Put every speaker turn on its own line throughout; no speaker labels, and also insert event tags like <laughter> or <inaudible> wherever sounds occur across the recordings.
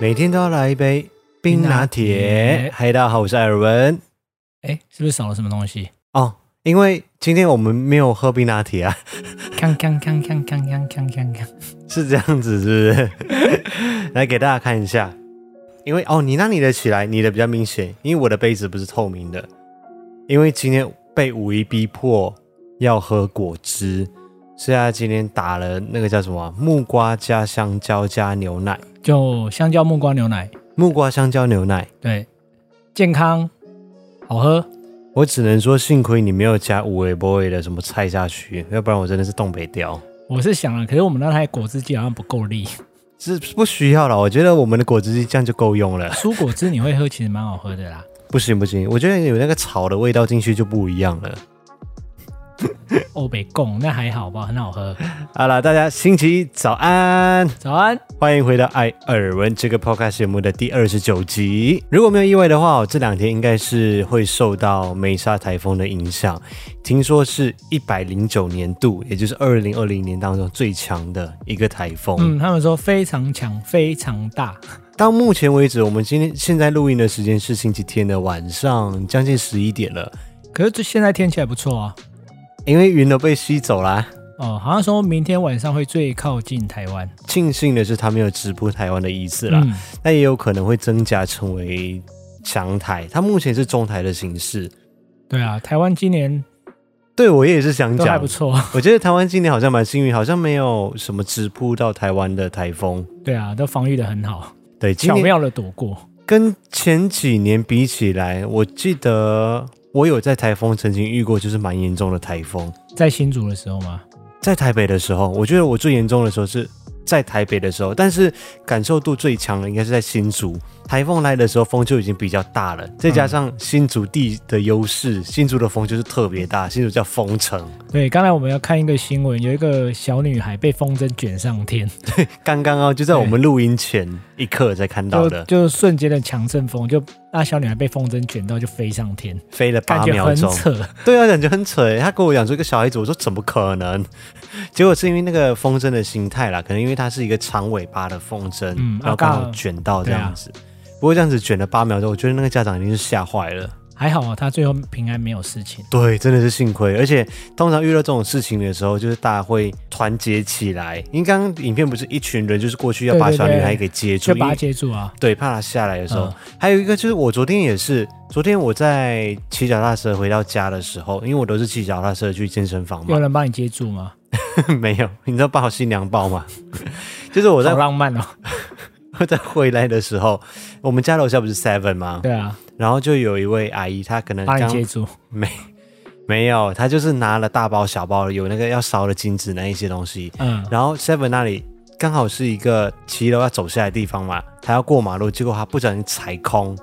每天都要来一杯冰拿
冰拿
铁
铁。
嗨，大家好，我是艾尔文。
哎，是不是少了什么东西？
哦，因为今天我们没有喝冰拿铁啊， <laughs>
锵锵锵锵锵锵锵锵锵！
是这样子，是不是？ <laughs> 来给大家看一下，因为哦，你拿你的起来，你的比较明显，因为我的杯子不是透明的，因为今天被五一逼迫要喝果汁，所以他今天打了那个叫什么啊木瓜加香蕉加牛奶，
就香蕉木瓜牛奶，
木瓜香蕉牛奶。
对，健康，好喝。
我只能说，幸亏你没有加五味波味的什么菜下去，要不然我真的是东北调。
我是想啊了，可是我们那台果汁机好像不够力。
是是不需要了，我觉得我们的果汁机这样就够用了。
蔬果汁你会喝，其实蛮好喝的啦。
不行不行，我觉得有那个草的味道进去就不一样了。
欧北贡那还好吧，很好喝。
好了，大家星期一早安，
早安，
欢迎回到艾尔文这个 podcast 节目的第二十九集。如果没有意外的话，我这两天应该是会受到梅沙台风的影响，听说是一百零九年度，也就是二零二零年当中最强的一个台风。
嗯，他们说非常强，非常大，
到目前为止，我们今天现在录音的时间是星期天的晚上，将近十一点了。
可是这现在天气还不错啊。
因为云都被吸走啦。
哦，好像说明天晚上会最靠近台湾。
庆幸的是，它没有直扑台湾的意思啦，
嗯
但也有可能会增加成为强台。它目前是中台的形式。
对啊，台湾今年
对我也是想
都还
讲
不，错。 <laughs>
我觉得台湾今年好像蛮幸运，好像没有什么直扑到台湾的台风。
对啊，都防御的很好。
对，今
巧
年
妙的躲过。
跟前几年比起来，我记得我有在台风曾经遇过，就是蛮严重的台风。
在新竹的时候吗？
在台北的时候，我觉得我最严重的时候是在台北的时候，但是感受度最强的应该是在新竹。台风来的时候，风就已经比较大了，再加上新竹地的优势，新竹的风就是特别大，新竹叫风城。
对，刚才我们要看一个新闻，有一个小女孩被风筝卷上天，
刚刚啊，就在我们录音前一刻才看到
就
的，
就瞬间的强阵风，就那小女孩被风筝卷到就飞上天，
飞了
感
八
觉
秒
很
钟。
扯。
对啊，感觉很扯欸。他跟我讲说一个小孩子，我说怎么可能？结果是因为那个风筝的形态啦，可能因为它是一个长尾巴的风筝，
嗯
然后
啊刚
刚
好
好卷到这
啊
样子。不过这样子卷了八秒钟，我觉得那个家长一定是吓坏了。
还好啊，她最后平安没有事情。
对，真的是幸亏。而且通常遇到这种事情的时候，就是大家会团结起来。因为刚刚影片不是一群人就是过去要把
对对
小女孩
对
给接住，
就把
因
她
为
接住啊！
对，怕她下来的时候。
嗯
还有一个就是我昨天也是，昨天我在骑脚踏车回到家的时候，因为我都是骑脚踏车去健身房嘛，
有人帮你接住吗？
<laughs> 没有，你知道抱新娘抱吗？ <laughs> 就是我在
好浪漫哦！
我 <laughs> 在回来的时候，我们家楼下不是 Seven 吗？
对啊，
然后就有一位阿姨，她可能
帮你
刚
接住。
没有，她就是拿了大包小包的，有那个要烧的金子那一些东西。
嗯，
然后 Seven 那里刚好是一个骑楼要走下来的地方嘛，她要过马路，结果她不小心踩空，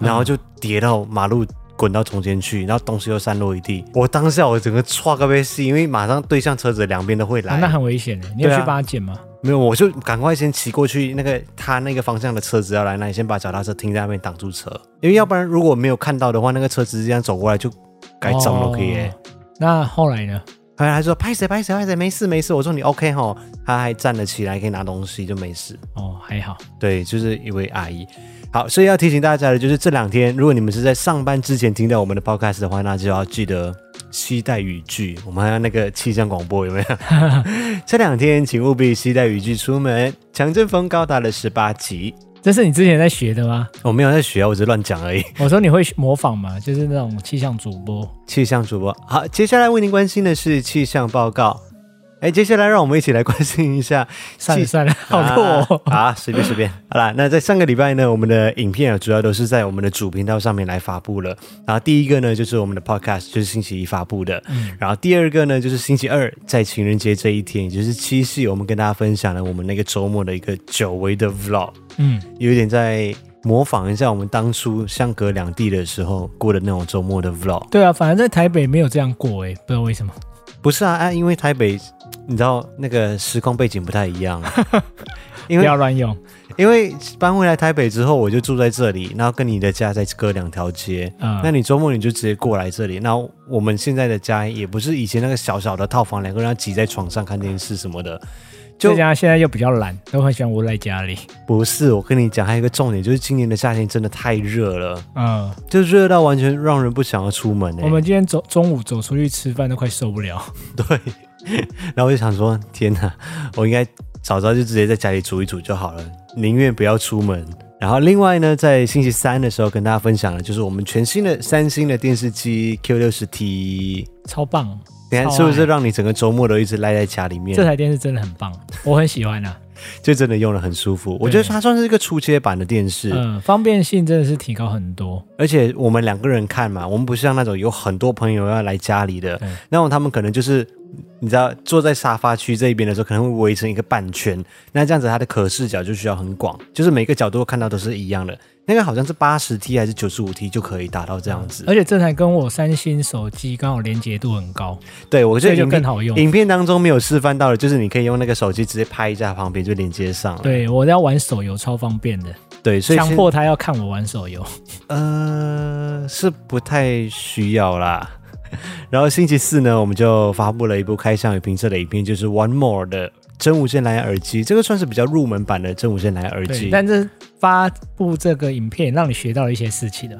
然后就跌到马路。滚到中间去，然后东西又散落一地。我当下我整个唰个被吸，因为马上对向车子两边都会来、
啊那很危险的，你有
对
去
啊
帮她捡吗？
没有，我就赶快先骑过去，那个他那个方向的车子要来，那你先把脚踏车停在那边挡住车，因为要不然如果没有看到的话，那个车子这样走过来就该走了，可以耶。
哦那后来呢？
后来他说拍谁拍谁拍谁，没事没事。我说你 OK 吼，他还站了起来，可以拿东西就没事。
哦，还好。
对，就是一位阿姨。好，所以要提醒大家的就是，这两天如果你们是在上班之前听到我们的 podcast 的话，那就要记得期待语句。我们还有那个气象广播有没 <laughs> 有？这两天请务必期待语句出门。强阵风高达了十八级，
这是你之前在学的吗？
我没有在学啊，我只是乱讲而已。
我说你会模仿吗？就是那种气象主播。
气象主播，好，接下来为您关心的是气象报告。哎，接下来让我们一起来关心一下
算
气
了算了，好弱、哦。
啊！啊随便随 <laughs> 便。好啦，那在上个礼拜呢，我们的影片啊，主要都是在我们的主频道上面来发布了。然后第一个呢，就是我们的 podcast，就是星期一发布的。
嗯
然后第二个呢，就是星期二，在情人节这一天，也就是七夕，我们跟大家分享了我们那个周末的一个久违的 vlog，
嗯，
有一点在模仿一下我们当初相隔两地的时候过的那种周末的 vlog。
对啊，反正在台北没有这样过哎、不知道为什么。
不是啊，啊，因为台北，你知道那个时空背景不太一样。啊
<laughs>
因
不
为
要乱用。
因为搬回来台北之后，我就住在这里，然后跟你的家再隔两条街。
嗯，
那你周末你就直接过来这里。那我们现在的家也不是以前那个小小的套房，两个人要挤在床上看电视什么的，就
在家现在又比较懒，都很喜欢窝在家里。
不是，我跟你讲，还有一个重点就是今年的夏天真的太热了，
嗯，
就热到完全让人不想要出门、欸。
我们今天走中午走出去吃饭都快受不了。 <laughs>
对，然后我就想说，天哪， <laughs> 我应该早知道就直接在家里煮一煮就好了，宁愿不要出门。然后另外呢，在星期三的时候跟大家分享了，就是我们全新的三星的电视机 Q 六十 T，
超棒！
你看
超爱
是不是让你整个周末都一直赖在家里面
这？台电视真的很棒，我很喜欢啊。
就真的用的很舒服。我觉得它算是一个初阶版的电视，
嗯，方便性真的是提高很多。
而且我们两个人看嘛，我们不是像那种有很多朋友要来家里的
对
那种，他们可能就是你知道坐在沙发区这一边的时候，可能会围成一个半圈，那这样子它的可视角就需要很广，就是每个角度看到都是一样的。那个好像是八十 T 还是九十五 T 就可以达到这样子，
而且这台跟我三星手机刚好连接度很高，
对我觉
所
得
以就
影
更
片
好用。
影片当中没有示范到的，就是你可以用那个手机直接拍一下旁边就连接上了。
对我要玩手游超方便的，
对，所以
强
现
迫他要看我玩手游。
呃，是不太需要啦。 <laughs> 然后星期四呢，我们就发布了一部开箱与评测的影片，就是 One More 的真无线蓝牙耳机，这个算是比较入门版的真无线蓝牙耳
对，
机，
但这发布这个影片让你学到了一些事情的。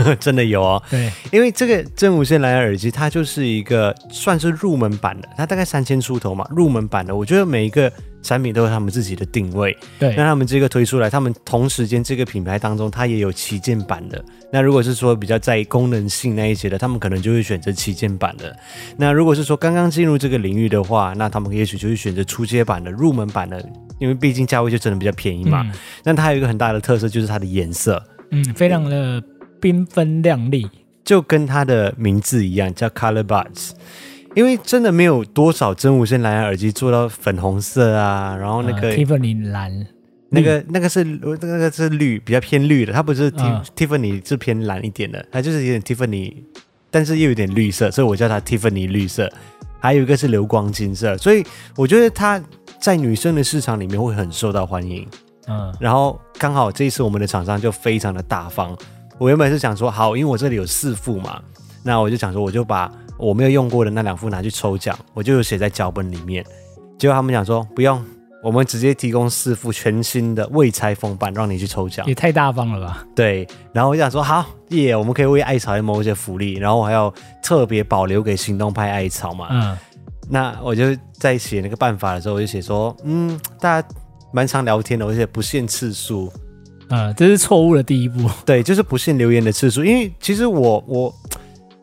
<laughs> 真的有哦。
对，
因为这个真无线蓝牙耳机，它就是一个算是入门版的，它大概三千出头嘛，入门版的。我觉得每一个产品都有他们自己的定位，那
对，
他们这个推出来，他们同时间这个品牌当中，它也有旗舰版的。那如果是说比较在意功能性那一些的，他们可能就会选择旗舰版的。那如果是说刚刚进入这个领域的话，那他们也许就会选择初阶版的、入门版的，因为毕竟价位就真的比较便宜嘛。那、它有一个很大的特色就是它的颜色，
嗯，嗯，非常的缤纷亮丽。
就跟它的名字一样，叫 Color Buds。因为真的没有多少真无线蓝牙耳机做到粉红色啊，然后那个、
呃 Tiffany 蓝，
那个那个是那个是绿，比较偏绿的，它不是 Ti、
嗯
Tiffany 是偏蓝一点的，它就是有点 Tiffany，但是又有点绿色，所以我叫它 Tiffany 绿色。还有一个是流光金色，所以我觉得它在女生的市场里面会很受到欢迎。
嗯，
然后刚好这一次我们的厂商就非常的大方，我原本是想说好，因为我这里有四副嘛，那我就想说我就把我没有用过的那两副拿去抽奖，我就有写在脚本里面。结果他们讲说不用，我们直接提供四副全新的未拆封版让你去抽奖
也。太大方了吧？
对，然后我就想说好耶我们可以为艾草来谋一些福利，然后我还要特别保留给行动派艾草嘛。
嗯，
那我就在写那个办法的时候，我就写说嗯，大家蛮常聊天的，而且不限次数。
呃，这是错误的第一步。 <laughs>
对，就是不限留言的次数，因为其实我我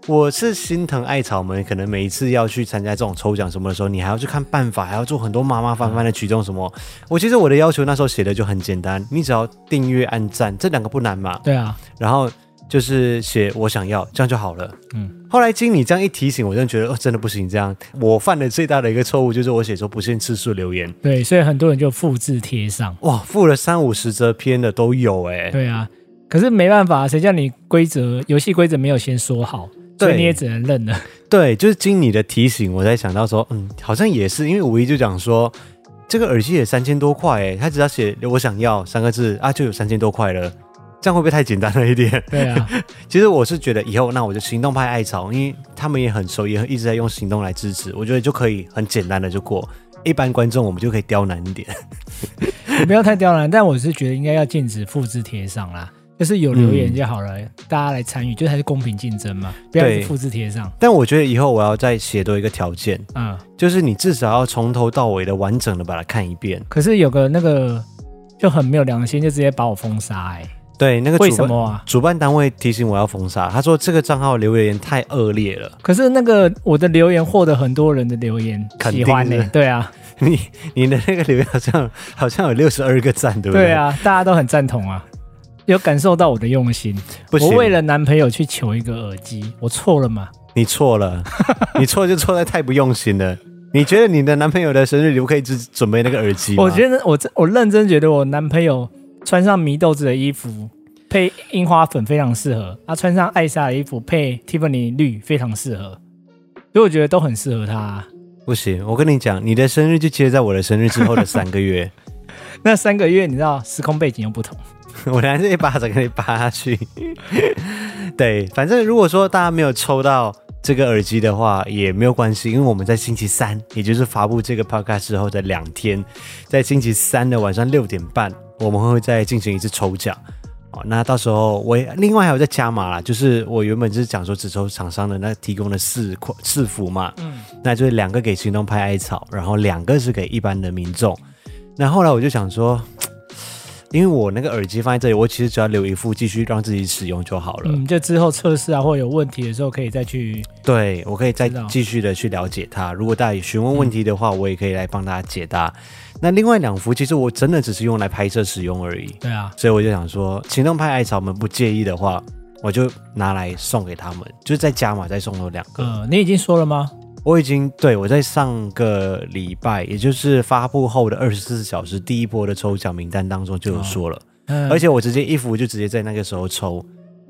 我是心疼艾草们，可能每一次要去参加这种抽奖什么的时候，你还要去看办法，还要做很多麻麻烦烦的举动什么。我其实我的要求那时候写的就很简单，你只要订阅、按赞这两个不难嘛，
对啊，
然后就是写我想要，这样就好了。
嗯，
后来经你这样一提醒，我真的觉得哦，真的不行。这样我犯的最大的一个错误就是我写说不限次数留言，
对，所以很多人就复制贴上。
哇，付了三五十则篇的都有哎、
对啊，可是没办法，谁叫你规则游戏规则没有先说好，所以
对
你也只能认
<laughs>
了。
对，就是经你的提醒，我才想到说，嗯，好像也是，因为五一就讲说，这个耳机也三千多块诶，他只要写“我想要”三个字啊，就有三千多块了，这样会不会太简单了一点？
对啊，
其实我是觉得以后那我就行动派艾草，因为他们也很熟，也一直在用行动来支持，我觉得就可以很简单的就过。一般观众我们就可以刁难一点， <laughs>
你不要太刁难，但我是觉得应该要禁止复制贴上啦。就是有留言就好了，大家来参与，就还是公平竞争嘛，不要
嗯
一
对
直复制贴上。
但我觉得以后我要再写多一个条件，
嗯，
就是你至少要从头到尾的完整的把它看一遍。
可是有个那个就很没有良心，就直接把我封杀哎、
对，那个
为
主
什
办
么啊？
主办单位提醒我要封杀，他说这个账号留言太恶劣了， <laughs>
可是那个我的留言获得很多人的留言
肯定
喜欢呢、
是
对啊，
你你的那个留言好像好像有六十二个赞， <laughs> 对不对？
对，啊，大家都很赞同啊，有感受到我的用心。
不行，
我为了男朋友去求一个耳机，我错了吗？
你错
<laughs>
了，你错就错在太不用心了。你觉得你的男朋友的生日礼物可以只准备那个耳机吗？
我觉得我真我认真觉得我男朋友穿上祢豆子的衣服配樱花粉非常适合，他、穿上艾莎的衣服配 Tiffany 绿非常适合，所以我觉得都很适合他啊、
不行，我跟你讲，你的生日就接在我的生日之后的三个月， <laughs>
那三个月你知道时空背景又不同，
我还是一巴掌给你扒下去。对，反正如果说大家没有抽到这个耳机的话也没有关系，因为我们在星期三，也就是发布这个 podcast 之后的两天，在星期三的晚上六点半，我们会再进行一次抽奖。哦，那到时候我也另外还有再加码啦，就是我原本是讲说只抽厂商的那提供的四款四幅嘛，
嗯，
那就是两个给行动派艾草，然后两个是给一般的民众。那后来我就想说，因为我那个耳机放在这里，我其实只要留一副继续让自己使用就好了。
嗯，就之后测试啊或者有问题的时候可以再去，
对，我可以再
知道
继续的去了解它。如果大家有询问问题的话，我也可以来帮大家解答。
嗯
那另外两幅其实我真的只是用来拍摄使用而已，
对啊，
所以我就想说，行动派艾草们不介意的话，我就拿来送给他们，就是再加码再送了两个。
呃，你已经说了吗？
我已经对我在上个礼拜，也就是发布后的二十四小时第一波的抽奖名单当中就有说了，
嗯，
而
且
且我直接一幅就直接在那个时候抽，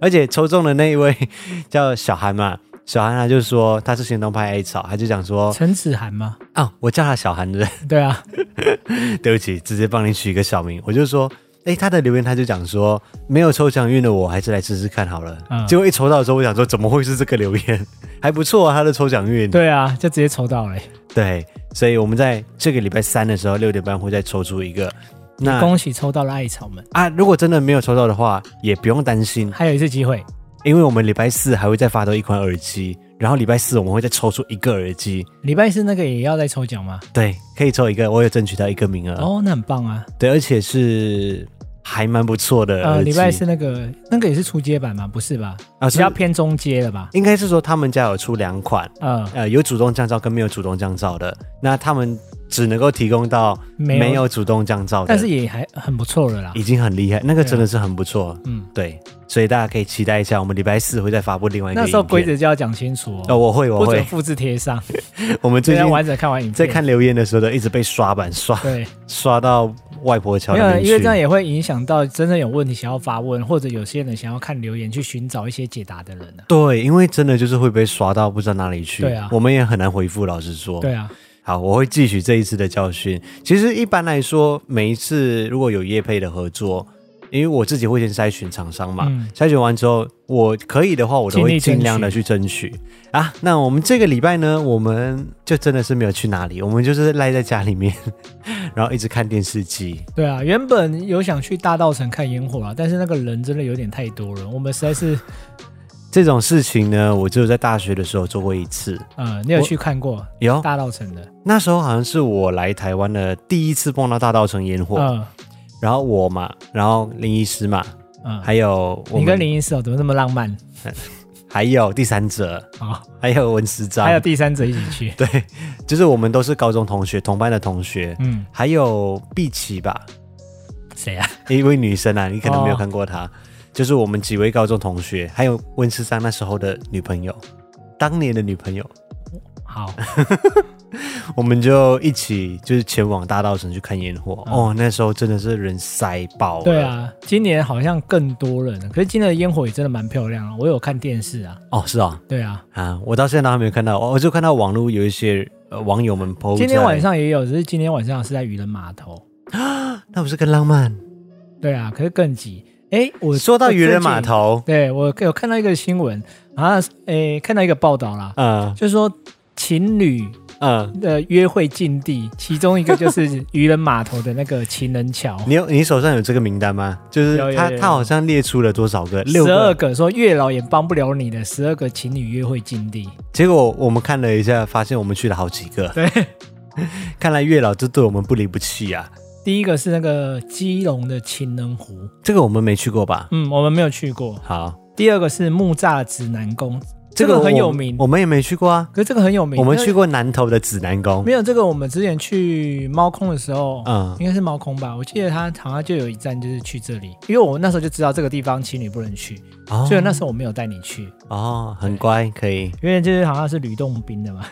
而且抽中的那一位 <laughs> 叫小韩嘛，小韩他就说他是行动派 A 草，他就讲
<laughs>
说
陈子涵嘛，
啊、我叫他小韩的，
对啊，
<laughs> 对不起，直接帮你取一个小名，我就说。哎，他的留言他就讲说，没有抽奖运的我还是来试试看好了。
嗯
结果一抽到的时候，我想说怎么会是这个留言？ <laughs> 还不错啊，他的抽奖运。
对啊，就直接抽到了、欸
对，所以我们在这个礼拜三的时候六点半会再抽出一个。那
恭喜抽到了艾草们，
啊，如果真的没有抽到的话，也不用担心，
还有一次机会，
因为我们礼拜四还会再发多一款耳机，然后礼拜四我们会再抽出一个耳机，
礼拜四那个也要再抽奖吗？
对，可以抽一个，我有争取到一个名额，
哦，那很棒啊，
对，而且是还蛮不错的
呃，
耳机。
礼拜四那个那个也是初阶版吗？不是吧？
啊，
比
是
较偏中阶了吧？
应该是说他们家有出两款，
呃，
呃，有主动降噪跟没有主动降噪的，那他们只能够提供到
没有，
没有主动降噪的，
但是也还很不错了啦。
已经很厉害，那个真的是很不错。
嗯，
对，所以大家可以期待一下，我们礼拜四会再发布另外一个
那时候
影片
规则就要讲清楚
哦，
哦，
我会我
不准
会，
复制贴上，
我们
这
最近
要完整看完影
在
片。
看留言的时候都一直被刷版刷
对，
刷到外婆桥
没
那
有，啊
边
因为这样
去。
也会影响到真正有问题想要发问，或者有些人想要看留言去寻找一些解答的人呢、啊
对，因为真的就是会被刷到不知道哪里去，
对啊
我们也很难回复。老实说，
对啊，
好，我会汲取这一次的教训。其实一般来说，每一次如果有业配的合作，因为我自己会先筛选厂商嘛，
嗯
筛选完之后，我可以的话，我都
尽
会
力争取
尽量的去争取啊。那我们这个礼拜呢，我们就真的是没有去哪里，我们就是赖在家里面， <laughs> 然后一直看电视机。
对啊，原本有想去大道城看烟火啊，但是那个人真的有点太多了，我们实在是，
这种事情呢，我只有在大学的时候做过一次。
呃，你有
我
去看过
有，
大道城的？
那时候好像是我来台湾的第一次碰到大道城烟火，
嗯
然后我嘛，然后林医师嘛，
嗯，
还有我们
你跟林医师哦，怎么那么浪漫
还有第三者，
啊、
还有文思章，
还有第三者一起去，
对，就是我们都是高中同学，同班的同学，
嗯，
还有碧琪吧，
谁啊？
一位女生啊，你可能没有
哦
看过她，就是我们几位高中同学，还有温思章那时候的女朋友，当年的女朋友， <laughs>
好，
我们就一起就是前往大道城去看烟火。
嗯
哦，那时候真的是人塞爆了。
对，啊，今年好像更多人了，可是今年的烟火也真的蛮漂亮啊，我有看电视啊，
哦，是啊，
对啊，
啊，我到现在都还没有看到，我我就看到网络有一些呃网友们 PO，
今天
在
晚上也有，只是今天晚上是在渔人码头，
那不是更浪漫？
对啊，可是更挤。哎，我
说到渔人码，
我
头，
最近对我有看到一个新闻啊，哎，看到一个报道啦，
嗯
就是说情侣
嗯。
的约会禁地，其中一个就是渔人码头的那个情人桥，
你有你手上有这个名单吗？就是
有有
他
有
他好像列出了多少个？ <laughs> 六
十二
个。
个说月老也帮不了你的十二个情侣约会禁地，
结果我们看了一下，发现我们去了好几个。
对，
看来月老就对我们不离不弃啊。
第一个是那个基隆的情人湖，
这个我们没去过吧？
嗯，我们没有去过。
好，
第二个是木栅指南宫，这个
我
很有名
我们也没去过啊。
可是这个很有名。
我们去
那
过南投的指南宫
没。有这个？我们之前去猫空的时候，
嗯，
应该是猫空吧？我记得它好像就有一站就是去这里，因为我那时候就知道这个地方情侣不能去，
哦
所以那时候我没有带你去，
哦，很乖，可以
因为就是好像是吕洞宾的嘛。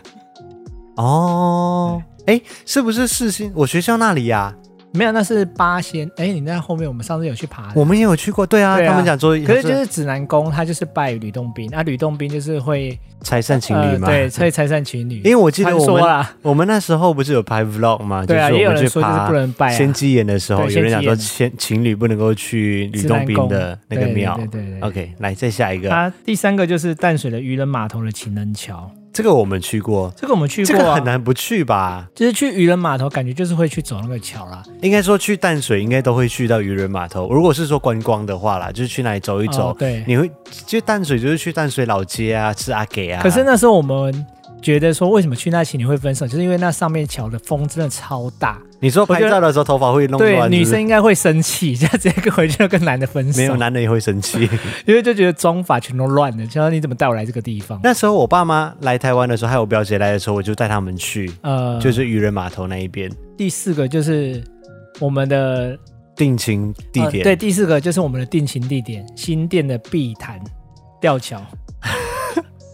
哦。哎，是不是世新？我学校那里呀、
没有，那是八仙。哎、你在后面，我们上次有去爬的
我们也有去过，对啊，
对啊
他们讲说，
可是就是指南宫，他就是拜吕洞宾，啊，吕洞宾就是会
拆散情侣嘛、
呃、对，所以拆散情侣。
<laughs> 因为我记得
传
我
说
们
啦，
我们那时候不是有拍 vlog 嘛，
对啊，
就是
也有
我们
人
去
说就是
爬
不能拜、啊，
仙姬岩的时候，
对
有人讲说
仙
情情侣不能够去吕洞宾的那个庙。
对对对对对
OK，来再下一个，
啊，第三个就是淡水的渔人码头的情人桥，
这个我们去过，
这个我们去
这
过、
个
啊，
很难不去吧？
就是去渔人码头，感觉就是会去走那个桥啦，
应该说去淡水应该都会去到渔人码头，如果是说观光的话啦，就是去那里走一走。
哦对，
你会就淡水就是去淡水老街啊，吃阿给啊。
可是那时候我们觉得说，为什么去那情侣会分手，就是因为那上面桥的风真的超大，
你说拍
我觉得
照的时候头发会弄
对，
乱，
女
是不是
生应该会生气， <laughs> 就直接跟回去就跟男的分手，
没有，男人也会生气。 <laughs>
因为就觉得妆发全都乱了，想说你怎么带我来这个地方？
那时候我爸妈来台湾的时候，还有我表姐来的时候，我就带他们去，
呃，
就是渔人码头那一边
第四个就是我们的
定情地
呃
点。
对，第四个就是我们的定情地点新店的碧潭吊桥，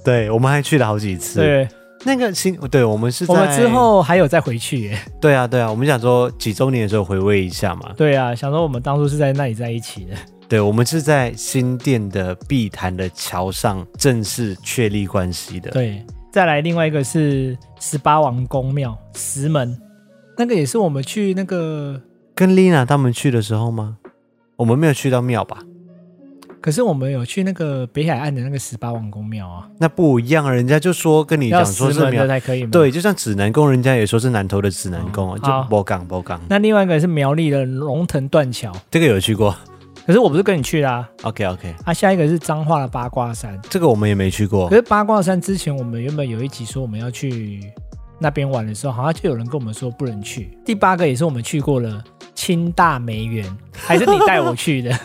对我们还去了好几次。，
对，
那个新，对我们是在
我们之，后还有再回去耶。
对啊对啊，我们想说几周年的时候回味一下嘛。
对啊，想说我们当初是在那里在一起的。
对，我们是在新店的碧潭的桥上正式确立关系的。
对，再来另外一个是十八王公庙石门，那个也是我们去那个，
跟 Lina 他们去的时候吗？我们没有去到庙吧？
可是我们有去那个北海岸的那个十八王公庙啊，
那不一样，人家就说跟你
要
讲
石
说是
门
庙
的，才可以嘛。，
对，就像指南宫，人家也说是南投的指南宫啊，
哦嗯好
就波港波港，
那另外一个是苗栗的龙腾断桥，
这个有去过。
可是我不是跟你去啦、
OK OK，
啊，下一个是彰化的八卦山。
这个我们也没去过
可。是八卦山之前，我们原本有一集说我们要去那边玩的时候，好像就有人跟我们说不能去。第八个也是我们去过了，清大梅园，还是你带我去的？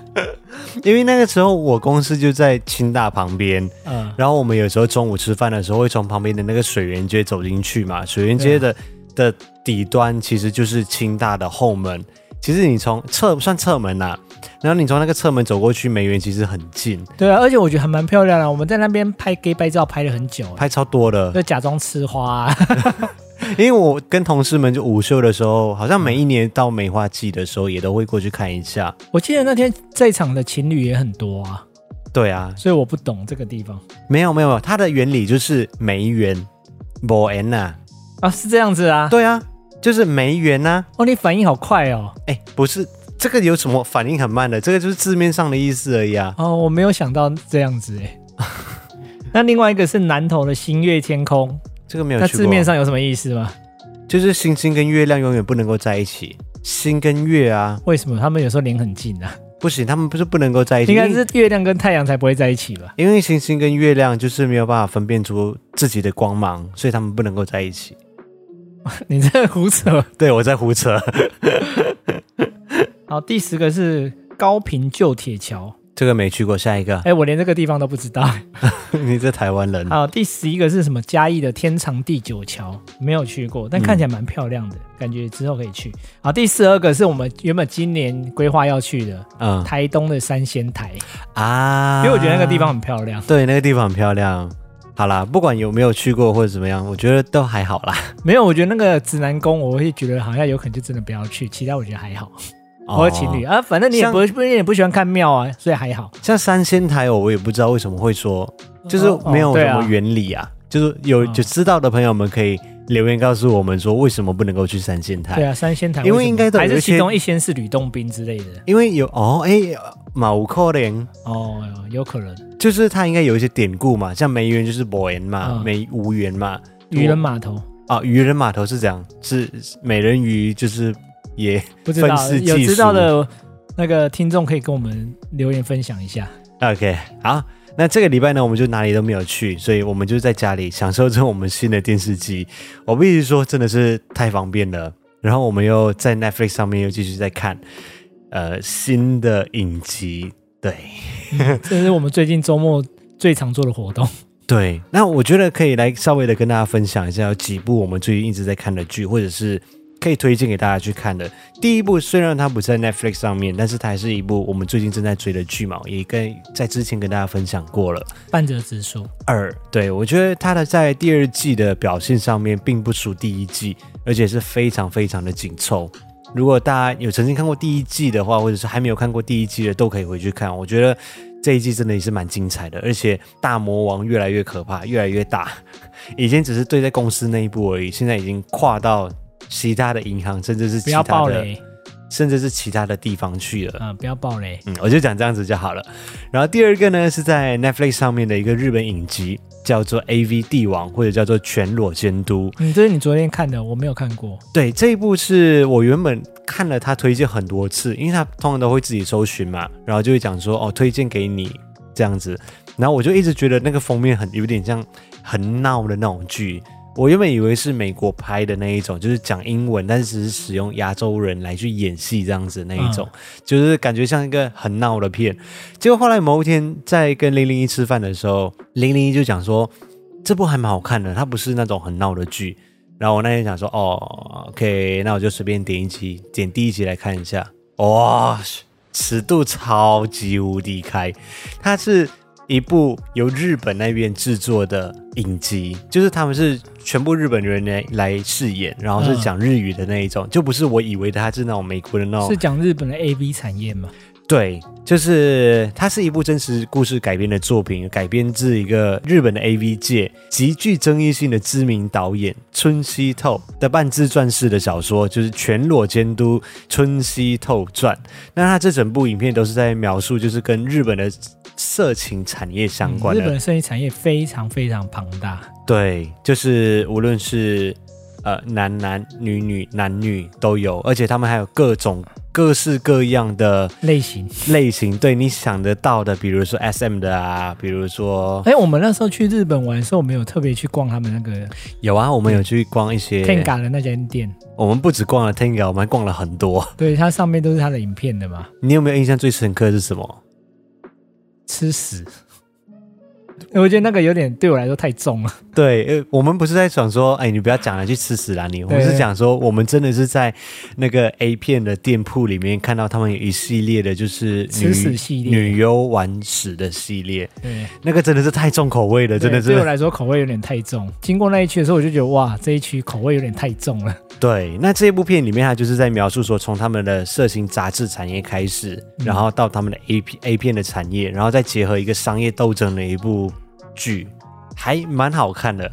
因为那个时候我公司就在清大旁边，
<laughs> 嗯，
然后我们有时候中午吃饭的时候会从旁边的那个水源街走进去嘛。水源街的的底端其实就是清大的后门，其实你从侧算侧门呐、然后你从那个侧门走过去，梅园其实很近，
对啊，而且我觉得还蛮漂亮的。我们在那边拍 gay 拍照拍了很久，
拍超多的。
就假装吃花、啊。 <laughs>
因为我跟同事们就午休的时候，好像
嗯
每一年到梅花季的时候也都会过去看一下。
我记得那天在场的情侣也很多啊，
对啊，
所以我不懂这个地方
没有没有，它的原理就是梅园 b o n 呐，
啊，是这样子啊。
对啊，就是梅园呐、
哦，你反应好快哦。
哎，不是这个有什么反应很慢的，这个就是字面上的意思而已啊。
哦，我没有想到这样
<laughs>
子哎。那另外一个是南投的星月天空，
这个没有
那
去过。
字面上有什么意思吗？
就是星星跟月亮永远不能够在一起，星跟月啊，
为什么他们有时候脸很近啊？
不行，他们不是不能够在一起，
应该是月亮跟太阳才不会在一起吧？ <laughs>
因为因为星星跟月亮就是没有办法分辨出自己的光芒，所以他们不能够在一起。
你这胡扯。
对我在胡扯，
好，第十个是高平旧铁桥，
这个没去过，下一个 <laughs>
哎、，我连这个地方都不知道。
你这台湾人，
好，第十一个是什么？嘉义的天长地久桥没有去过，但
嗯
看起来蛮漂亮的，感觉之后可以去。好，第十二个是我们原本今年规划要去的
嗯
台东的三仙台，
啊，
因为我觉得那个地方很漂亮。
对，那个地方很漂亮。好啦，不管有没有去过或者怎么样，我觉得都还好啦。
没有，我觉得那个指南宫，我会觉得好像有可能就真的不要去，其他我觉得还好。 <laughs> 我
哦
有情侣，啊，反正你也
像
不不你也不喜欢看庙啊，所以还好。
像三仙台，我也不知道为什么会说，就是
哦
没有
哦对
什
啊
么原理啊。就是有
嗯
就知道的朋友们可以留言告诉我们说，为什么不能够去三仙台？
对啊，三仙台
哎因为
什么
应该都有
还
一
是
些
其中一仙是吕洞宾之类的
因为有哦，哎，毛扣连
哦，有可能
就是它应该有一些典故嘛，像梅园就是博园嘛，
嗯
梅无缘嘛，
渔人码头
啊，渔人码头是这样，是美人鱼就是也
不知道
分世技
有知
术
道的那个听众可以跟我们留言分享
<laughs>
一下。
OK，好，那这个礼拜呢，我们就哪里都没有去，所以我们就在家里享受着我们新的电视机。我必须说，真的是太方便了。然后我们又在 Netflix 上面又继续在看，呃，新的影集。对
这是我们最近周末最常做的活动。 <laughs>
对，那我觉得可以来稍微的跟大家分享一下，有几部我们最近一直在看的剧，或者是可以推荐给大家去看的。第一部虽然它不在 Netflix 上面，但是它还是一部我们最近正在追的剧嘛，也跟在之前跟大家分享过了。
半泽直树，
二，对我觉得他的在第二季的表现上面并不输第一季，而且是非常非常的紧凑。如果大家有曾经看过第一季的话，或者是还没有看过第一季的，都可以回去看。我觉得这一季真的也是蛮精彩的，而且大魔王越来越可怕，越来越大。 <laughs> 以前只是对在公司内部而已，现在已经跨到其他的银行，甚至是
不
其
要
他
暴
的，
雷，
甚至是其他的地方去了。
啊，不要暴雷，
嗯，我就讲这样子就好了。然后第二个呢，是在 Netflix 上面的一个日本影集，叫做《A V 帝王》或者叫做《全裸监督》。
嗯，这是你昨天看的，我没有看过，
对，这一部是我原本看了他推荐很多次，因为他通常都会自己搜寻嘛，然后就会讲说哦，推荐给你这样子。然后我就一直觉得那个封面很有点像很闹的那种剧。我原本以为是美国拍的那一种，就是讲英文，但是只是使用亚洲人来去演戏这样子那一种，就是感觉像一个很闹的片。结果后来某一天在跟零零一吃饭的时候，零零一就讲说这部还蛮好看的，它不是那种很闹的剧。然后我那天想说，哦，OK，那我就随便点一集，点第一集来看一下。哇、尺度超级无敌开，它是一部由日本那边制作的影集，就是他们是全部日本人来来饰演，然后是
嗯
讲日语的那一种，就不是我以为的它是那种美国的那种
是讲日本的 A V 产业嘛？
对，就是它是一部真实故事改编的作品，改编自一个日本的 AV 界极具争议性的知名导演村西透的半自传式的小说，就是《全裸监督村西透传》。那他这整部影片都是在描述，就是跟日本的色情产业相关
嗯日
的。
本的摄影产业非常非常庞大，
对，就是无论是呃男男女女男女都有，而且他们还有各种各式各样的
类型。
类型，对你想得到的，比如说 S M 的啊，比如说
哎、我们那时候去日本玩的时候，我们有特别去逛他们那个
有啊，我们有去逛一些
Tenga 的那间店，
我们不止逛了 Tenga，我们还逛了很多。 <laughs>
对，它上面都是他的影片的嘛，
你有没有印象最深刻的是什么？
吃屎。我觉得那个有点对我来说太重了，
对，呃，我们不是在想说，哎，你不要讲了，去吃屎啦你。我们
对
是讲说，我们真的是在那个 A 片的店铺里面看到他们有一系列的，就是
吃屎系列
女优玩屎的系列，
对，
那个真的是太重口味了，真的
对对我
是。
来说口味有点太重。经过那一区的时候，我就觉得哇，这一区口味有点太重了。
对，那这部片里面，它就是在描述说，从他们的色情杂志产业开始，然后到他们的 A 片 A 片的产业，然后再结合一个商业斗争的一部剧，还蛮好看的。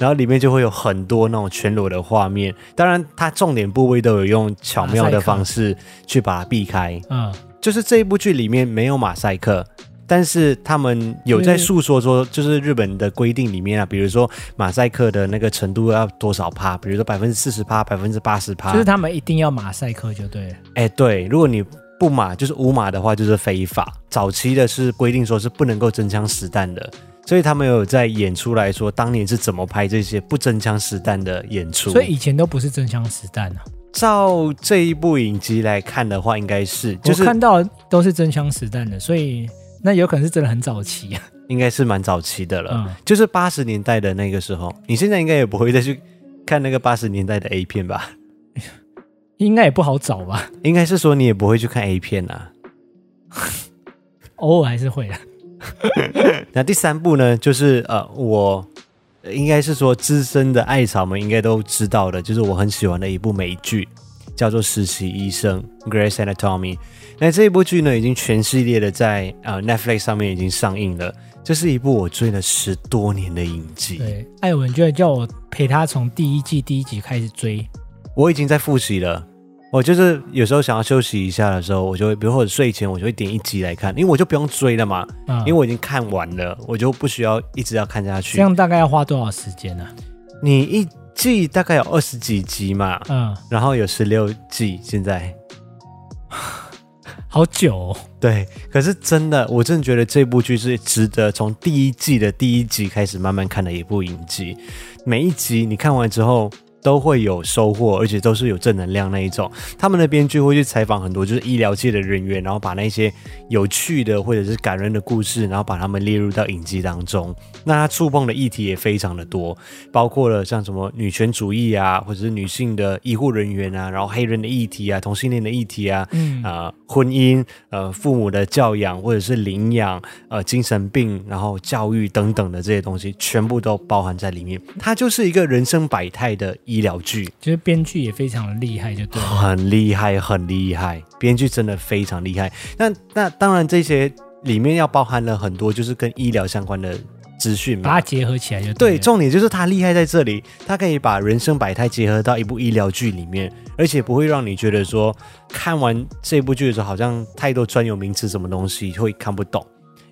然后里面就会有很多那种全裸的画面，当然它重点部位都有用巧妙的方式去把它避开。
嗯，
就是这一部剧里面没有马赛克，但是他们有在诉说说，就是日本的规定里面啊，比如说马赛克的那个程度要多少趴，比如说百分之四十趴、百分之八十趴
就是，他们一定要马赛克就对了。
哎，对，如果你不码就是无码的话，就是非法。早期的是规定说是不能够真枪实弹的。所以他们有在演出来说，当年是怎么拍这些不真枪实弹的演出。
所以以前都不是真枪实弹啊，
照这一部影集来看的话，应该是就是
我看到的都是真枪实弹的，所以那有可能是真的很早期啊。
应该是蛮早期的了。
嗯，
就是八十年代的那个时候，你现在应该也不会再去看那个八十年代的 A 片吧？
应该也不好找吧， <laughs>
应该是说你也不会去看 A 片啊。
偶尔还是会啊的。
那第三部呢，就是呃，我呃应该是说资深的爱草们应该都知道的，就是我很喜欢的一部美剧，叫做《实习医生》（Grey's Anatomy）。那这一部剧呢，已经全系列的在呃 Netflix 上面已经上映了。这是一部我追了十多年的影集，
对，艾文居然叫我陪他从第一季第一集开始追，
我已经在复习了。我就是有时候想要休息一下的时候，我就会，比如或者睡前，我就会点一集来看，因为我就不用追了嘛，
嗯，
因为我已经看完了，我就不需要一直要看下
这
去。
样大概要花多少时间啊呢、
你一季大概有二十几集嘛，
嗯，
然后有十六季，现在
好久、哦，
对。可是真的，我真的觉得这部剧是值得从第一季的第一集开始慢慢看的一部影集。每一集你看完之后。都会有收获，而且都是有正能量那一种。他们的编剧会去采访很多就是医疗界的人员，然后把那些有趣的或者是感人的故事，然后把他们列入到影集当中。那它触碰的议题也非常的多，包括了像什么女权主义啊，或者是女性的医护人员啊，然后黑人的议题啊，同性恋的议题啊，
嗯
啊、婚姻，呃，父母的教养或者是领养，呃，精神病，然后教育等等的这些东西，全部都包含在里面。它就是一个人生百态的一医疗剧，
就是编剧也非常的厉害，就对了。
很厉害，很厉害，编剧真的非常厉害。那那当然，这些里面要包含了很多就是跟医疗相关的资讯
把它
嘛。
结合起来就
对，
了
重点就是他厉害在这里，他可以把人生百态结合到一部医疗剧里面，而且不会让你觉得说看完这部剧的时候好像太多专有名词什么东西会看不懂。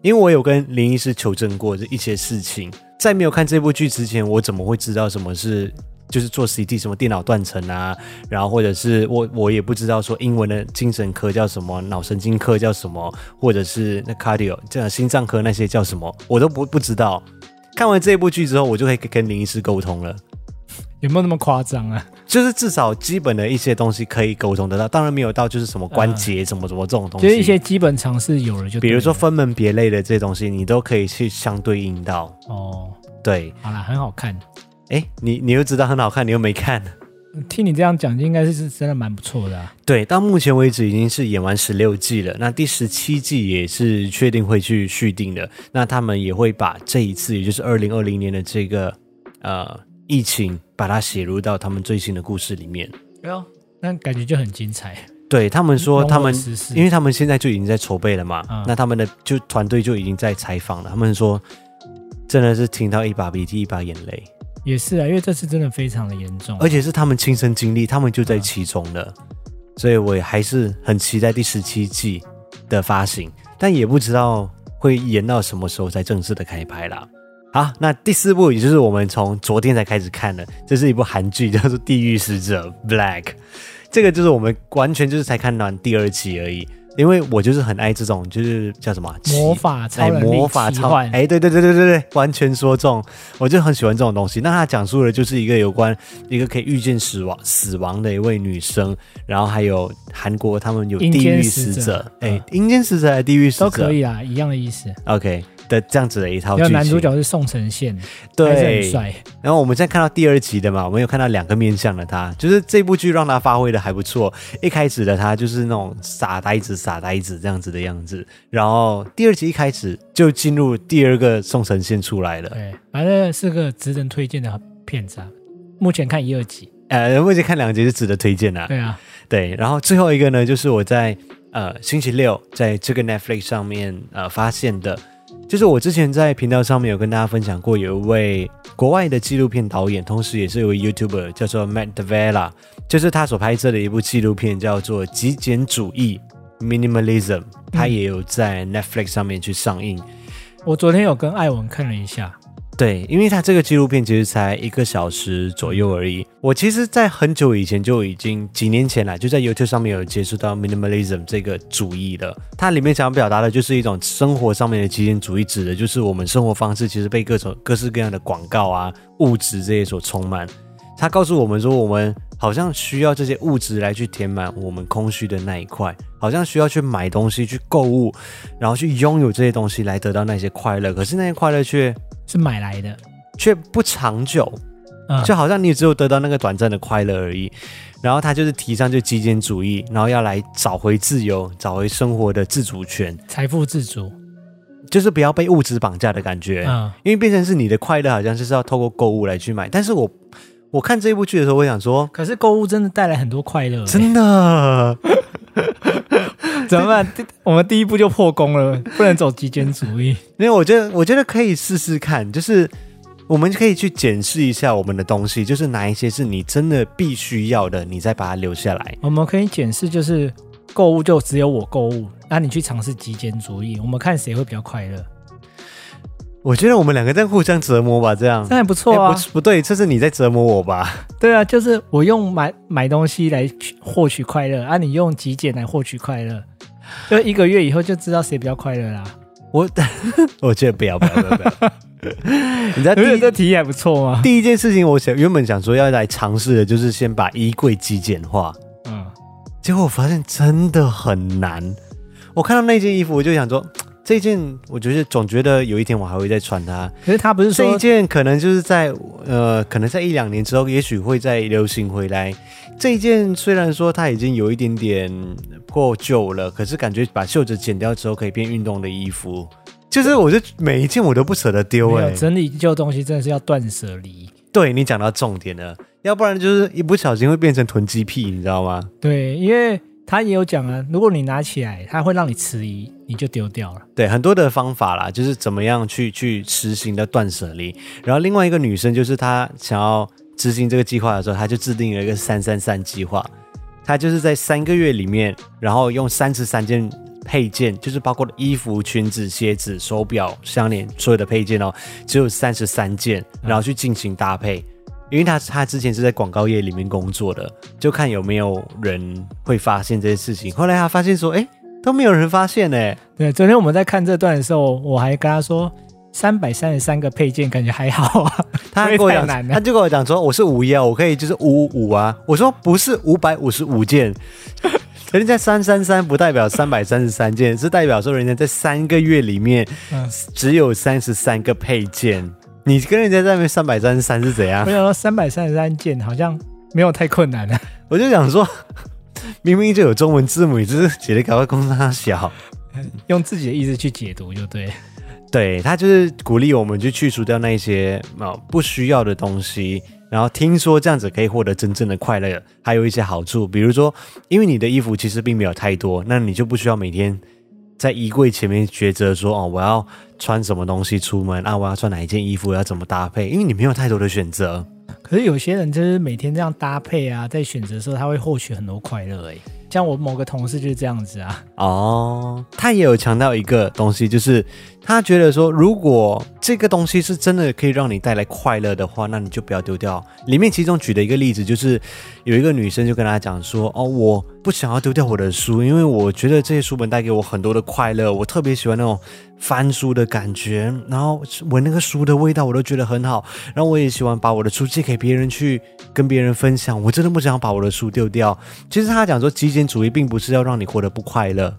因为我有跟林医师求证过这一些事情，在没有看这部剧之前，我怎么会知道什么是就是做 CT 什么电脑断层啊，然后或者是我我也不知道说英文的精神科叫什么，脑神经科叫什么，或者是那 cardio 这样心脏科那些叫什么，我都不不知道。看完这部剧之后，我就可以跟林医师沟通了。
有没有那么夸张啊？
就是至少基本的一些东西可以沟通得到，当然没有到就是什么关节什么什么这种东西，
就是一些基本常识有了就
比
对了，
如说分门别类的这些东西，你都可以去相对应到。
哦，
对，
好啦，很好看。
哎，你你又知道很好看，你又没看。 <laughs>
听你这样讲，应该是真的蛮不错的、啊。
对，到目前为止已经是演完十六季了，那第十七季也是确定会去续订的。那他们也会把这一次，也就是二零二零年的这个呃疫情，把它写入到他们最新的故事里面。
哎呦，那感觉就很精彩。
对他们说，他们因
因
为他们现在就已经在筹备了嘛，
嗯
那他们的就团队就已经在采访了。他们说，真的是听到一把鼻涕一把眼泪，
也是啊，因为这次真的非常的严重，
而且是他们亲身经历，他们就在其中了。
嗯
所以我也还是很期待第十七季的发行，但也不知道会延到什么时候才正式的开拍啦。好，那第四部也就是我们从昨天才开始看的，这是一部韩剧，叫做《地狱使者 Black》。这个就是我们完全就是才看完第二集而已，因为我就是很爱这种就是叫什么啊奇
魔法超
哎，
能力
魔法
奇
超
幻
哎，对对对对对对，完全说中，我就很喜欢这种东西。那它讲述的就是一个有关一个可以预见死亡死亡的一位女生，然后还有韩国他们有
阴
地
间
狱
使
使
者
者，哎
嗯，
阴间使者还是啊地狱使者
都可以啦，一样的意思。
，OK 的这样子的一套剧
然后
情。
男主角是宋承宪，还是很
对，
帅。
然后我们现在看到第二集的嘛，我们有看到两个面向的他，就是这部剧让他发挥的还不错。一开始的他就是那种傻呆子、傻呆子这样子的样子，然后第二集一开始就进入第二个宋承宪出来了。
对，反正是个值得推荐的片子啊。目前看一二集，
呃，我已经看两集是值得推荐啦。
对啊，
对，然后最后一个呢，就是我在呃星期六在这个 Netflix 上面呃发现的，就是我之前在频道上面有跟大家分享过，有一位国外的纪录片导演，同时也是一位 YouTuber，叫做 Matt Devella，就是他所拍摄的一部纪录片叫做《极简主义 Minimalism》，他也有在 Netflix 上面去上映。
我昨天有跟艾文看了一下，
对，因为它这个纪录片其实才一个小时左右而已。我其实，在很久以前就已经几年前啦，就在 YouTube 上面有接触到 minimalism 这个主义了。它里面想表达的就是一种生活上面的极简主义，指的就是我们生活方式其实被各种各式各样的广告啊、物质这些所充满。它告诉我们说，我们好像需要这些物质来去填满我们空虚的那一块，好像需要去买东西、去购物，然后去拥有这些东西来得到那些快乐。可是那些快乐却
是买来的，
却不长久，
嗯，
就好像你只有得到那个短暂的快乐而已。然后他就是提倡就极简主义，然后要来找回自由，找回生活的自主权，
财富自主，
就是不要被物质绑架的感觉。
嗯，
因为变成是你的快乐好像就是要透过购物来去买，但是我我看这部剧的时候，我想说，
可是购物真的带来很多快乐、欸
真的，
怎么办？第我们第一步就破功了，不能走极简主义。
因为我觉得我觉得可以试试看，就是我们可以去检视一下我们的东西，就是哪一些是你真的必须要的，你再把它留下来。
<laughs> 我们可以检视，就是购物就只有我购物，那你去尝试极简主义，我们看谁会比较快乐，
我觉得我们两个在互相折磨吧，这样
这。样也不错
哎
啊
不。是不对，这是你在折磨我吧？ <laughs>
对啊，就是我用买买东西来去获取快乐，啊，你用极简来获取快乐，就一个月以后就知道谁比较快乐啦。 <laughs>
我我觉得不要不要不要不要。你知道
你觉
第
得这
一
提议还不错啊吗？
第一件事情，我想原本想说要来尝试的，就是先把衣柜极简化，
嗯，
结果我发现真的很难。我看到那件衣服，我就想说，这件我觉得总觉得有一天我还会再穿它。
可是他不是
这一
说
件可能就是在呃，可能在一两年之后，也许会再流行回来。这一件虽然说它已经有一点点破旧了，可是感觉把袖子剪掉之后可以变运动的衣服，就是我就每一件我都不舍得丢
没
哎、
有整理旧东西，真的是要断舍离。
对你讲到重点了，要不然就是一不小心会变成囤积癖，你知道吗？
对，因为他也有讲啊，如果你拿起来，它会让你迟疑，你就丢掉了。
对，很多的方法啦，就是怎么样去去实行的断舍离。然后另外一个女生就是她想要执行这个计划的时候，她就制定了一个三三三计划，她就是在三个月里面，然后用三十三件配件，就是包括衣服、裙子、鞋子、手表、项链所有的配件哦，只有三十三件，然后去进行搭配。因为她她之前是在广告业里面工作的，就看有没有人会发现这些事情。后来她发现说，哎，都没有人发现呢、
对，昨天我们在看这段的时候，我还跟他说，三百三十三个配件感觉还好啊。
他
不
还
会
跟我
太
讲，
难
他
啊
就跟我讲说我是五一啊，我可以就是五五五啊。我说不是五百五十五件， <laughs> 人家三三三不代表三百三十三件，是代表说人家在三个月里面
嗯
只有三十三个配件。你跟人家在那边三百三十三是怎样
我？想说三百三十三件好像没有太困难了，啊
我就想说， <laughs> 明明就有中文字母，你只是写的搞个公差小。
用自己的意思去解读就对。
对他就是鼓励我们去去除掉那一些啊、呃不需要的东西，然后听说这样子可以获得真正的快乐，还有一些好处，比如说，因为你的衣服其实并没有太多，那你就不需要每天在衣柜前面抉择说哦，我要穿什么东西出门啊，我要穿哪一件衣服，我要怎么搭配，因为你没有太多的选择。
可是有些人就是每天这样搭配啊，在选择的时候他会获取很多快乐哎、像我某个同事就是这样子啊，
哦，他也有强调一个东西，就是他觉得说，如果这个东西是真的可以让你带来快乐的话，那你就不要丢掉。里面其中举的一个例子就是，有一个女生就跟他讲说，哦，我不想要丢掉我的书，因为我觉得这些书本带给我很多的快乐，我特别喜欢那种翻书的感觉，然后闻那个书的味道，我都觉得很好。然后我也喜欢把我的书借给别人去跟别人分享，我真的不想把我的书丢掉。其实他讲说，极简主义并不是要让你活得不快乐，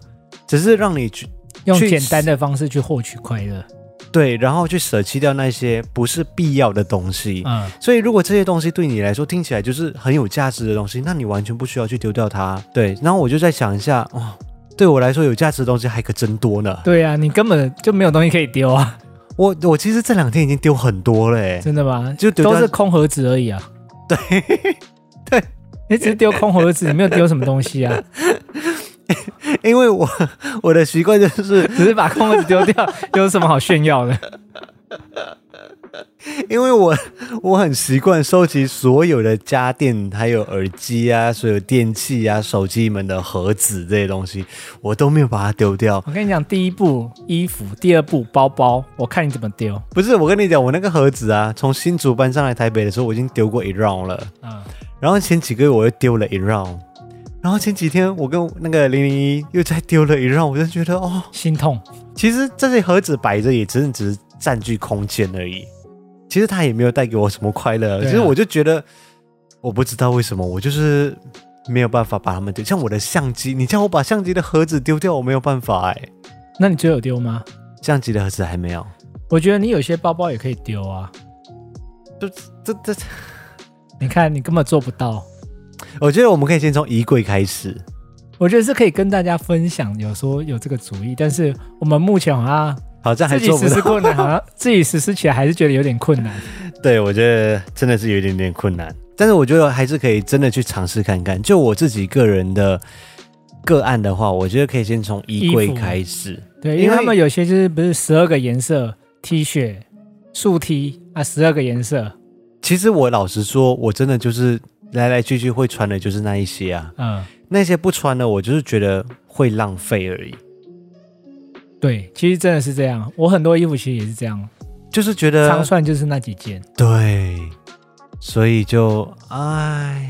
只是让你去
用
去
简单的方式去获取快乐。
对，然后去舍弃掉那些不是必要的东西。
嗯，
所以，如果这些东西对你来说听起来就是很有价值的东西，那你完全不需要去丢掉它。对，然后我就在想一下，哦，对我来说有价值的东西还可真多呢。
对啊，你根本就没有东西可以丢啊，
我我其实这两天已经丢很多了，哎，
真的吗？
就丢掉
都是空盒子而已
<laughs>
啊。
对，
你只是丢空盒子，你没有丢什么东西啊，
因为我 <laughs> 我的习惯就是，
只是把空盒子丢掉，有什么好炫耀的？
因为我我很习惯收集所有的家电，还有耳机啊，所有电器啊，手机们的盒子这些东西，我都没有把它丢掉。
我跟你讲，第一步衣服，第二步包包，我看你怎么丢。
不是，我跟你讲，我那个盒子啊，从新竹搬上来台北的时候，我已经丢过一 round 了。
嗯，
然后前几个月我又丢了一 round，然后前几天我跟那个零零一又再丢了一 round，我就觉得哦，
心痛。
其实这些盒子摆着也真的只是占据空间而已，其实它也没有带给我什么快乐。
对啊
其实我就觉得，我不知道为什么，我就是没有办法把它们丢。像我的相机，你叫我把相机的盒子丢掉，我没有办法哎、
那你最后有丢吗？
相机的盒子还没有，
我觉得你有些包包也可以丢啊。
这这，
你看，你根本做不到。
我觉得我们可以先从衣柜开始。
我觉得是可以跟大家分享，有说有这个主意，但是我们目前好像
好像还
自己
做不
实施
到，
困难，好像自己实施起来还是觉得有点困难。
对我觉得真的是有一点点困难，但是我觉得还是可以真的去尝试看看。就我自己个人的个案的话，我觉得可以先从衣
衣
柜
服
开始。
对，
因
因为
为
他们有些就是不是十二个颜色 T 恤、竖 T 啊，十二个颜色，
其实我老实说，我真的就是来来去去会穿的就是那一些啊，
嗯，
那些不穿的我就是觉得会浪费而已，
对，其实真的是这样。我很多衣服其实也是这样，
就是觉
长
得
算就是那几件，
对，所以就唉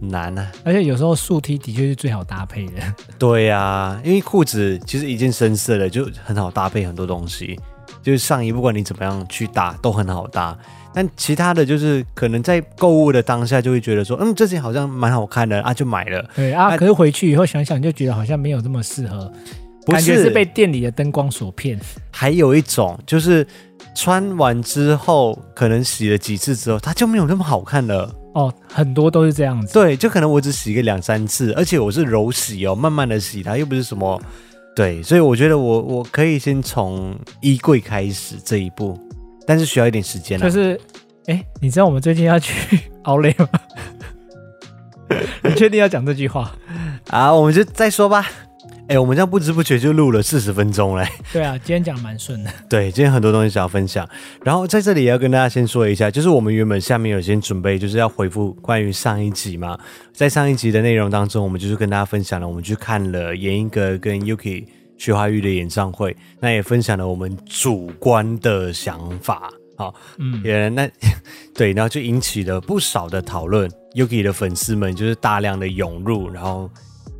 难啊。
而且有时候竖 T 的确是最好搭配的。 <laughs>
对呀、因为裤子其实一件深色的就很好搭配很多东西，就是上衣不管你怎么样去搭都很好搭。但其他的就是可能在购物的当下就会觉得说，嗯，这件好像蛮好看的啊，就买了。
对啊，
啊
可是回去以后想想就觉得好像没有这么适合，
不
感觉是被店里的灯光所骗。
还有一种就是穿完之后，可能洗了几次之后，它就没有那么好看了。
哦，很多都是这样子。
对，就可能我只洗个两三次，而且我是柔洗哦，慢慢的洗它，又不是什么。对，所以我觉得我我可以先从衣柜开始这一步，但是需要一点时间啊。
就是哎、你知道我们最近要去 <laughs> 奥莱吗？你确定要讲这句 <laughs> 话？
啊，我们就再说吧。哎、我们这样不知不觉就录了四十分钟嘞。
对啊，今天讲蛮顺的。
对，今天很多东西想要分享，然后在这里也要跟大家先说一下，就是我们原本下面有先准备，就是要回复关于上一集嘛，在上一集的内容当中，我们就是跟大家分享了，我们去看了严英格跟 Yuki 徐怀钰的演唱会，那也分享了我们主观的想法，好，
嗯
也那 <laughs> 对，然后就引起了不少的讨论，Yuki 的粉丝们就是大量的涌入，然后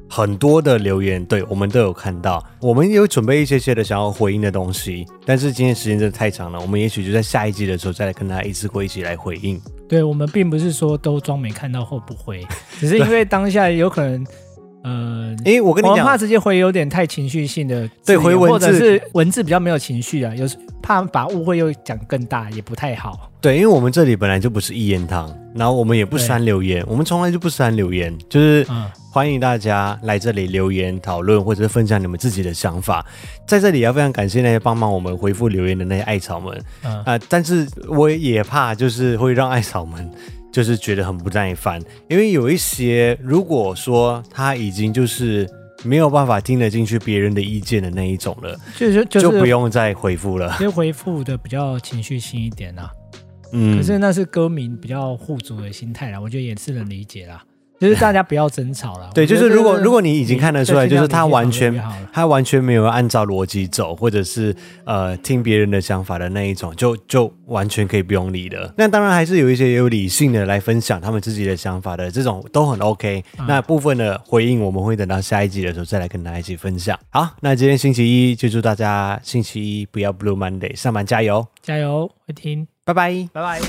很多的留言，对我们都有看到，我们也有准备一些些的想要回应的东西，但是今天时间真的太长了，我们也许就在下一季的时候再来跟大家一次过一起来回应。
对我们并不是说都装没看到或不回，只是因为当下有可能，呃，
诶，我跟你
我们怕
讲，
直接回有点太情绪性的字
对
眼，
回文字
或者是文字比较没有情绪啊，有时怕把误会又讲更大，也不太好。
对，因为我们这里本来就不是一言堂，然后我们也不删留言，我们从来就不删留言，就是
嗯，
欢迎大家来这里留言讨论，或者是分享你们自己的想法。在这里也要非常感谢那些帮忙我们回复留言的那些艾草们啊
嗯、
但是我也怕就是会让艾草们 <laughs> 就是觉得很不耐烦，因为有一些如果说他已经就是没有办法听得进去别人的意见的那一种了，
就是就是
不用再回复了。
直接回复的比较情绪性一点啦、
嗯，
可是那是歌迷比较互助的心态啦，我觉得也是能理解啦。就是大家不要争吵啦。
<laughs> 对，
我觉
就
得
是如果
这个
如果你已经看得出来，
对
就是他
尽量
完
理解
全
越好了
他完全没有按照逻辑走，或者是呃听别人的想法的那一种，就就完全可以不用理的。那当然还是有一些有理性的来分享他们自己的想法的，这种都很 OK。那部分的回应我们会等到下一集的时候再来跟大家一起分享。好，那今天星期一就祝大家星期一不要 Blue Monday，上班加油，
加油，会听，
拜拜。
拜拜。